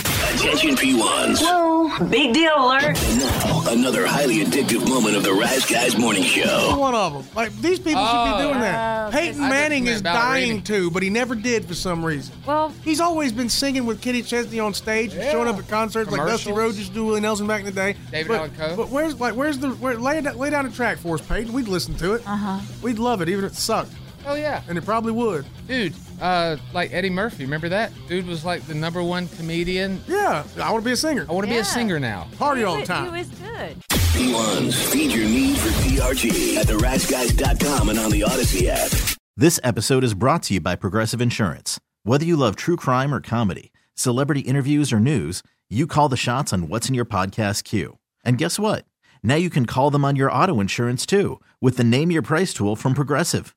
Attention P1s. Whoa, big deal alert. Now, another highly addictive moment of the Rise Guys morning show. one of them. Like these people should Oh. be doing that. Peyton I just Manning meant is ballerini. dying to, but he never did for some reason. Well, He's always been singing with Kenny Chesney on stage, and showing up at concerts like Dusty Commercials. Rhodes used to do Willie Nelson back in the day. David but, Allan Coe. But where's like where's the where, lay it- lay down a track for us, Peyton? We'd listen to it. Uh huh. We'd love it, even if it sucked, Oh yeah, and it probably would. dude. Uh, like Eddie Murphy. Remember that dude was like the number one comedian. Yeah, I want to be a singer. I want to be Yeah. a singer now. Party he all the wa- time. He was good. P1s, feed your need for DRG at theriseguys.com and on the Odyssey app. This episode is brought to you by Progressive Insurance. Whether you love true crime or comedy, celebrity interviews or news, you call the shots on what's in your podcast queue. And guess what? Now you can call them on your auto insurance too with the Name Your Price tool from Progressive.